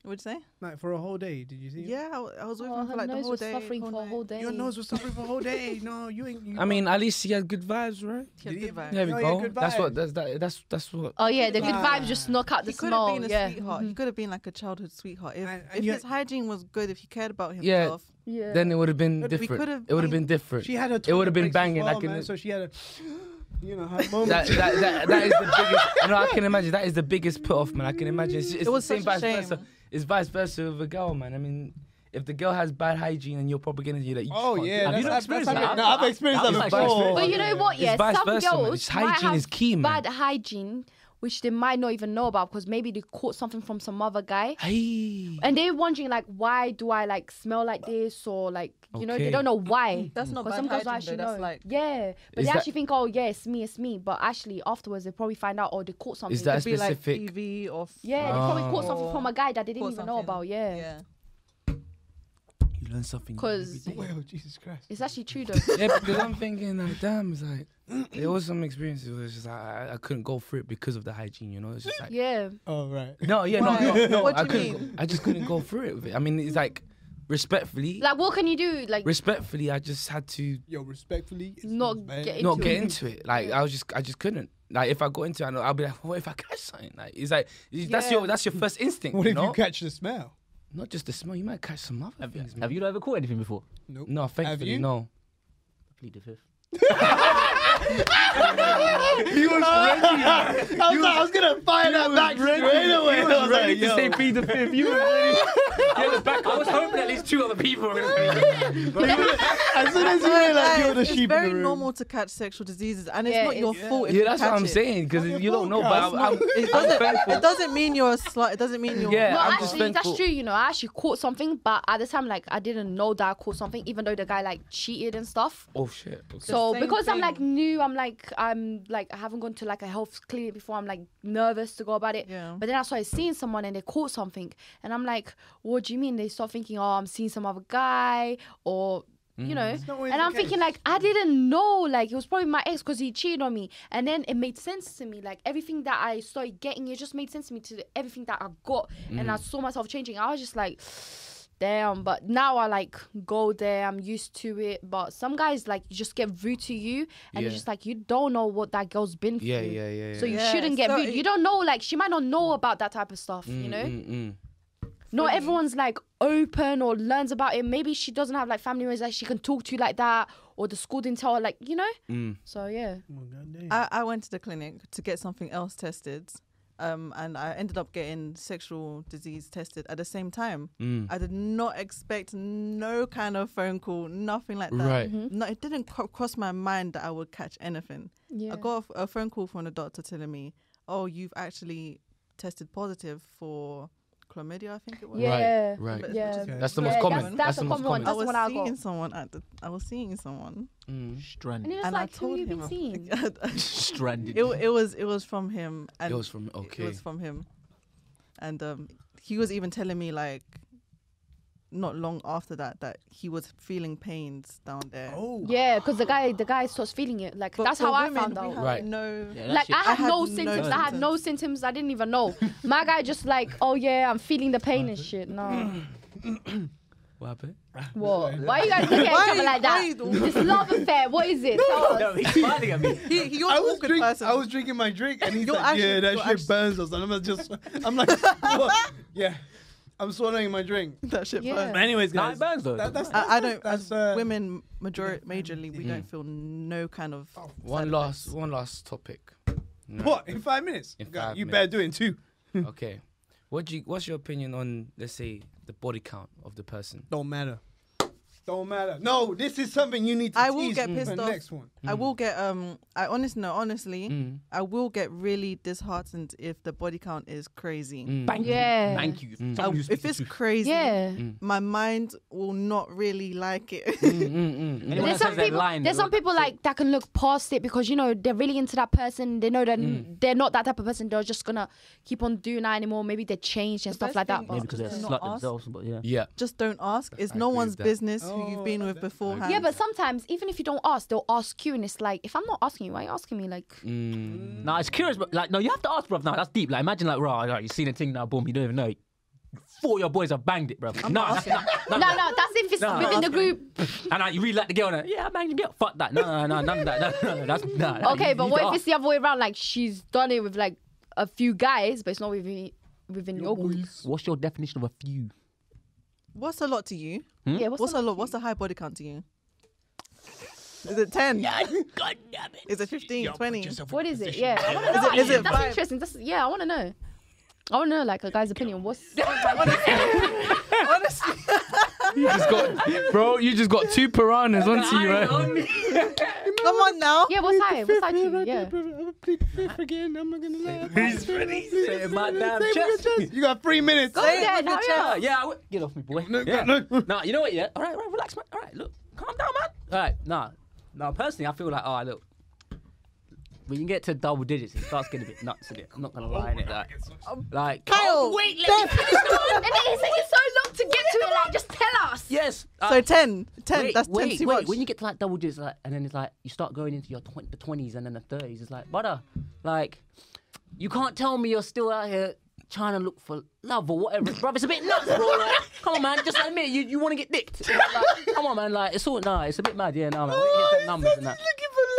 Would you say? Like for a whole day. Did you see? it? Yeah, I, w- I was with Oh, him her for like the nose whole was day. suffering for a whole night. day. Your nose was suffering for a whole day. No, you ain't. You I mean, at least he had good vibes, right? He had Did good he- vibes. There we Oh, yeah, go. good that's what. vibes. That's that. That's that's what. Oh yeah, the good Ah. vibes just knock out the He could have smell. been a Yeah, mm-hmm. sweetheart. He could have been like a childhood sweetheart. If, And- and if you- his hygiene was good, if he cared about Yeah. himself, yeah. Then it would have been But we different. could've It would have been- been different. She had a. It would have been Twinkie banging. As well, I can. man, so she had a. You know, her moment. that, that, that, that is the biggest. No, I can imagine. That is the biggest put off, man. I can imagine. It's, it's was the same such a vice versa. shame. It's vice versa with a girl, man. I mean, if the girl has bad hygiene and you're propagating, you're like, you Oh can't do yeah, that. that's, you not that's, experienced that's that? no, I've experienced That that was before. actually- But you know what? It's Yeah, vice some versa, man. girls It's might hygiene have is key, man. bad hygiene, which they might not even know about because maybe they caught something from some other guy, Hey. and they're wondering like, why do I like smell like this or like you know Okay. they don't know why. that's not 'Cause bad some girls don't Oh, hygiene. actually Though, that's know. like yeah, but Is they that- actually think, oh yeah, it's me, it's me. But actually, afterwards they probably find out, oh, they caught something. Is that be like specific? PV or f- yeah, they probably caught something Oh. from a guy that they didn't Caught even know something. about. Yeah, yeah. You learn something. new every because day. Well, Jesus Christ. it's actually true though. yeah, because I'm thinking, like, damn, it's like there was some experiences where it's just like, I, I couldn't go for it because of the hygiene, you know. It's just like, yeah, Oh right. no, yeah, no, Why? no, no, What do I you couldn't. mean? go- I just couldn't go through it with it. I mean, it's like respectfully, like what can you do? Like respectfully, I just had to Yo, respectfully, it's Not bad. getting- not into get it. into it. Like I was just, I just couldn't. Like if I got into it, I know- I'll be like, what if I catch something? Like it's like that's Yeah. your that's your first instinct. What you if know? you catch the smell? Not just the smell, you might catch some other things. man. Have you ever caught anything before? Nope. No, thankfully, you? no. Plead the fifth. He was ready. I was, like, I was gonna fire that back straight away. I was like, yo. plead the fifth. You were ready. I was back. I was hoping at least two other people. were gonna be- as soon as you Guys, realize you're the it's sheep in very the room. normal to catch sexual diseases, and it's Yeah, not your it's- fault. If yeah, you that's what catch I'm it. saying. Because you don't know, but I'm, I'm, It I'm doesn't. thankful. It doesn't mean you're a slut. It doesn't mean you're. Yeah, No, I'm just actually, that's thankful. true. You know, I actually caught something, but at the time, like, I didn't know that I caught something, even though the guy like cheated and stuff. Oh shit. Okay. So same because I'm thing. like new, I'm like I'm like I haven't gone to like a health clinic before. I'm like nervous to go about it. Yeah. But then I started seeing someone and they caught something, and I'm like, what do you mean? They start thinking, oh, I'm seeing some other guy, or you Mm. know, always and the I'm thinking like I didn't know. Like it was probably my ex because he cheated on me, and then it made sense to me. Like everything that I started getting, it just made sense to me to everything that I got, and Mm. I saw myself changing. I was just like damn but now i like go there i'm used to it but some guys like just get rude to you and Yeah. you're just like you don't know what that girl's been through Yeah, yeah, yeah. yeah. so you Yeah, shouldn't get so rude it- you don't know like she might not know about that type of stuff you know Mm, mm. not everyone's like open or learns about it maybe she doesn't have like family members that she can talk to like that or the school didn't tell her like you know so yeah Oh I, I went to the clinic to get something else tested, um, and I ended up getting sexual disease tested at the same time. Mm. I did not expect no kind of phone call, nothing like that. Right. Mm-hmm. No, it didn't cro- cross my mind that I would catch anything. Yeah. I got a f- a phone call from the doctor telling me, "Oh, you've actually tested positive for chlamydia, I think it was." yeah Right. But- yeah which is- That's the Yeah, most that's- common. that's the a most common one. I That's the was one I seeing got. someone at the. I was seeing someone, and he Stranded. was and I like who told you him. been seeing Stranded. it, w- it was it was from him. And Mm. It was from okay. It was from him, and um, he was even telling me like, not long after that, that he was feeling pains down there. Oh. yeah because the guy the guy starts feeling it like But that's for how i women, found we out have Right. No. Yeah, that like shit- I had I had no no symptoms. I had no symptoms. I didn't even know. My guy just like, oh yeah, I'm feeling the pain and shit. No, what happened? what? Why you guys looking at Why each other like are you- that? This love affair. What is it? No, he's smiling at me. He, he, you're I an was awkward drink, person. I was drinking my drink, and he's You're like, actually- "Yeah, that you're shit actually- burns us." And I'm just, I'm like, what? "Yeah, I'm swallowing my drink. that shit Yeah. burns. Man, Anyways, Nah, guys. it burns though. That, that's, that's, I, I don't. That's, As uh, Mm. women, majority, majorly, we don't feel no kind of. Oh, One last, one last topic. What? In five minutes? In God, five you minutes. better do it in two. Okay. What do you, what's your opinion on, let's say, the body count of the person? Don't matter. Don't matter. No, this is something you need to I will tease get for pissed the off. next one. I will get um. I honestly no, honestly, Mm. I will get really disheartened if the body count is crazy. Mm. Thank Yeah. you. Thank you. I- Someone you speak if to. it's crazy, Yeah. my mind will not really like it. Mm. Mm, There's Anyone that some says that people. line, there's some look, people like that can look past it because you know they're really into that person. They know that Mm. they're not that type of person. They're just gonna keep on doing that anymore. Maybe they changed and The stuff best like that. thing but- Maybe because they're Just slut not us. themselves, but yeah. Yeah. Just don't ask. It's I no agree with one's that. business who you've been with beforehand. yeah, but sometimes even if you don't ask, they'll ask you, and it's like, if I'm not asking you, why are you asking me? Like, Mm. Mm. Nah, it's curious, but like, no, you have to ask, bruv. Now that's deep. Like, imagine, like, raw, like, you seen a thing now, boom, you don't even know. Four of your boys have banged it, bruv. No, that's not. no, no, that's if it's No. within the group. And like, you really like the girl, and like, yeah, I banged the girl. Fuck that. No, no, no, none of that. No, no, no, that's nah. nah, Okay, you- but you what if gotta it's the other way around? Like she's done it with like a few guys, but it's not within within your, group. ask. What's your definition of a few? what's a lot to you? Hmm? Yeah, what's, What's a lot? What's a high body count to you? Is it ten? God damn it. Is it 15, 20? what is it? Yeah, I want to Is know. it- is it That's vibe? interesting. That's, yeah, I want to know. I want to know like a guy's opinion. What's Honestly, You just got, bro, you just got two piranhas on you, right? come on now. yeah? What's high? What's high to you? Yeah. again. I'm not gonna lie. He's ready. Say it, my damn Say it with your chest. chest. You got three minutes. Go Say it there, with your hurry chest. up. Yeah, yeah, I would- get off me, boy. No, yeah. no, no. Nah, you know what? Yeah, all right, right, relax, man. All right, look, calm down, man. All right, nah, nah. Personally, I feel like, all right, look. When you get to double digits, it starts getting a bit nuts in it. I'm not gonna lie in it, like, like Kyle, oh, wait, let me finish. and then it's taking so long to get to it. Like, just tell us. Yes. So uh, 10, 10, wait, that's 10 wait, too wait. much. When you get to like double digits, like, and then it's like you start going into your tw- the twenties and then the thirties. It's like, brother, like you can't tell me you're still out here trying to look for love or whatever, bro. It's a bit nuts, bro. Like, come on, man. Just admit it. you you want to get dicked. Like, come on, man. Like it's all nah. It's a bit mad. Yeah, nah. Man. When you hit them numbers and that.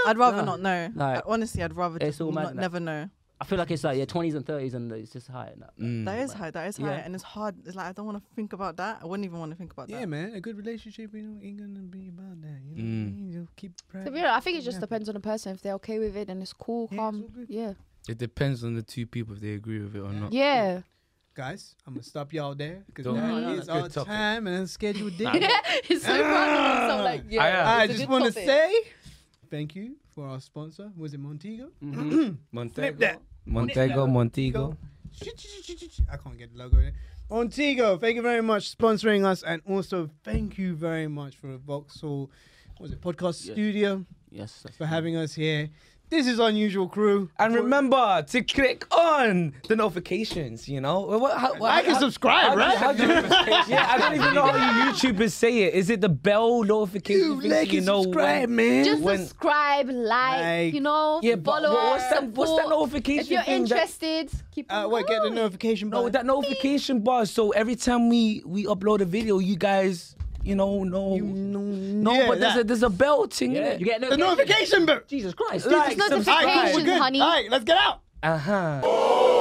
I'd rather Nah. not know. Like, I- honestly, I'd rather it's just all mad not, now. never know. I feel like it's like yeah, twenties and thirties, and it's just high. And that. Mm. That is high. That is high, Yeah. and it's hard. It's like I don't want to think about that. I wouldn't even want to think about that. Yeah, man, a good relationship you know, ain't gonna be about that. You know, what I mean? you keep it To private. be honest, I think it just depends on the person. If they're okay with it, then it's cool, Yeah, calm. it's all good. Yeah. It depends on the two people if they agree with it or not. Yeah. Guys, I'm gonna stop y'all there because Don't- No, no, that no, is good our topic. time and scheduled date. it's so random. So like, yeah. Ah. I, I It's a just good want to topic. say thank you for our sponsor. Was it Montego? Flip that. Montego, Montego, Montego. Shit, shit, shit, shit, shit. I can't get the logo. in. Montego, thank you very much for sponsoring us, and also thank you very much for Vauxhall, what was it podcast Yeah. studio Yes. that's- for having us here. This is Unusual Crew. And remember to click on the notifications, you know? Well, What, how, I can subscribe, how- right? how do you- yeah, I don't even know how you YouTubers say it. Is it the bell notification? You thing so like you and know subscribe, when- man. Just When- subscribe, like, Like- you know, Yeah, but follow what's us. that- what's that support. notification If you're thing that- interested, keep uh, an wait, get the eye. notification No, button. that notification bar. So every time we we upload a video, you guys, you know, know. no, yeah, but there's that. a there's a bell thing in Yeah, it. you get no. the notification button. Jesus Christ. Like, Notification, All right, cool, we're good. honey. All right, let's get out. Uh huh. Bye.